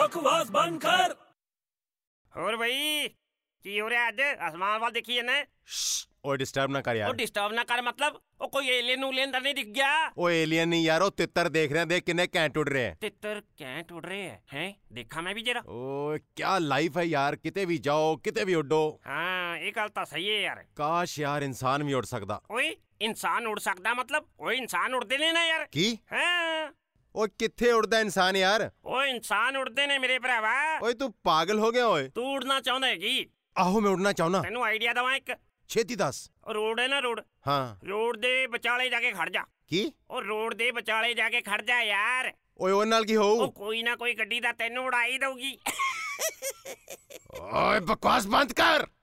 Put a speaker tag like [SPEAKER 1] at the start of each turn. [SPEAKER 1] बकवास बंद कर
[SPEAKER 2] ਹੋਰ ਬਈ ਕੀ ਹੋ ਰਿਹਾ ਅੱਜ ਅਸਮਾਨ ਵੱਲ ਦੇਖੀ ਜਾਂਦਾ
[SPEAKER 3] ओए डिस्टर्ब ना कर
[SPEAKER 2] ਉਹ
[SPEAKER 3] यार
[SPEAKER 2] ਡਿਸਟਰਬ ਨਾ ਕਰ ਮਤਲਬ ਉਹ ਕੋਈ ਏਲੀਅਨ ਉਲੀਅਨ ਤਾਂ ਨਹੀਂ ਦਿਖ ਗਿਆ
[SPEAKER 3] ओ एलियन नहीं यार वो तितर देख रहे हैं देख कितने कैंट उड़ रहे हैं
[SPEAKER 2] ਤਿੱਤਰ ਕੈਂਟ ਉੜ ਰਹੇ ਹੈ ਹੈ ਦੇਖਾਂ ਮੈਂ ਵੀ ਜਰਾ
[SPEAKER 3] ओए क्या लाइफ है यार किते भी जाओ किते भी उड़ो
[SPEAKER 2] ਹਾਂ ਇਹ ਗੱਲ ਤਾਂ ਸਹੀ ਹੈ ਯਾਰ
[SPEAKER 3] काश यार इंसान भी उड़ सकदा
[SPEAKER 2] ਓਏ ਇਨਸਾਨ ਉੜ ਸਕਦਾ ਮਤਲਬ ਓਏ ਇਨਸਾਨ ਉੜਦੇ ਨੇ ਨਾ ਯਾਰ
[SPEAKER 3] की
[SPEAKER 2] ਹਾਂ
[SPEAKER 3] ओए किथे उड़दा इंसान यार
[SPEAKER 2] ਓਏ ਇਨਸਾਨ ਉੜਦੇ ਨੇ ਮੇਰੇ ਭਰਾਵਾ
[SPEAKER 3] ओए तू पागल हो गया ओए
[SPEAKER 2] ਤੂੰ ਉੜਨਾ ਚਾਹੁੰਦਾ ਹੈ ਕੀ
[SPEAKER 3] आहो मैं उड़ना चाहना
[SPEAKER 2] ਤੈਨੂੰ ਆਈਡੀਆ ਦਵਾਂ ਇੱਕ
[SPEAKER 3] छेती दस
[SPEAKER 2] ਰੋਡ ਹੈ ਨਾ ਰੋਡ
[SPEAKER 3] हाँ
[SPEAKER 2] ਰੋਡ ਦੇ ਵਿਚਾਲੇ ਜਾ ਕੇ ਖੜ ਜਾ
[SPEAKER 3] की
[SPEAKER 2] ਉਹ ਰੋਡ ਦੇ ਵਿਚਾਲੇ ਜਾ ਕੇ ਖੜ ਜਾ ਯਾਰ
[SPEAKER 3] ओए ओए नाल की हो
[SPEAKER 2] ਉਹ ਕੋਈ ਨਾ ਕੋਈ ਗੱਡੀ ਦਾ ਤੈਨੂੰ ਉਡਾਈ ਦਊਗੀ
[SPEAKER 3] ओए बकवास बंद कर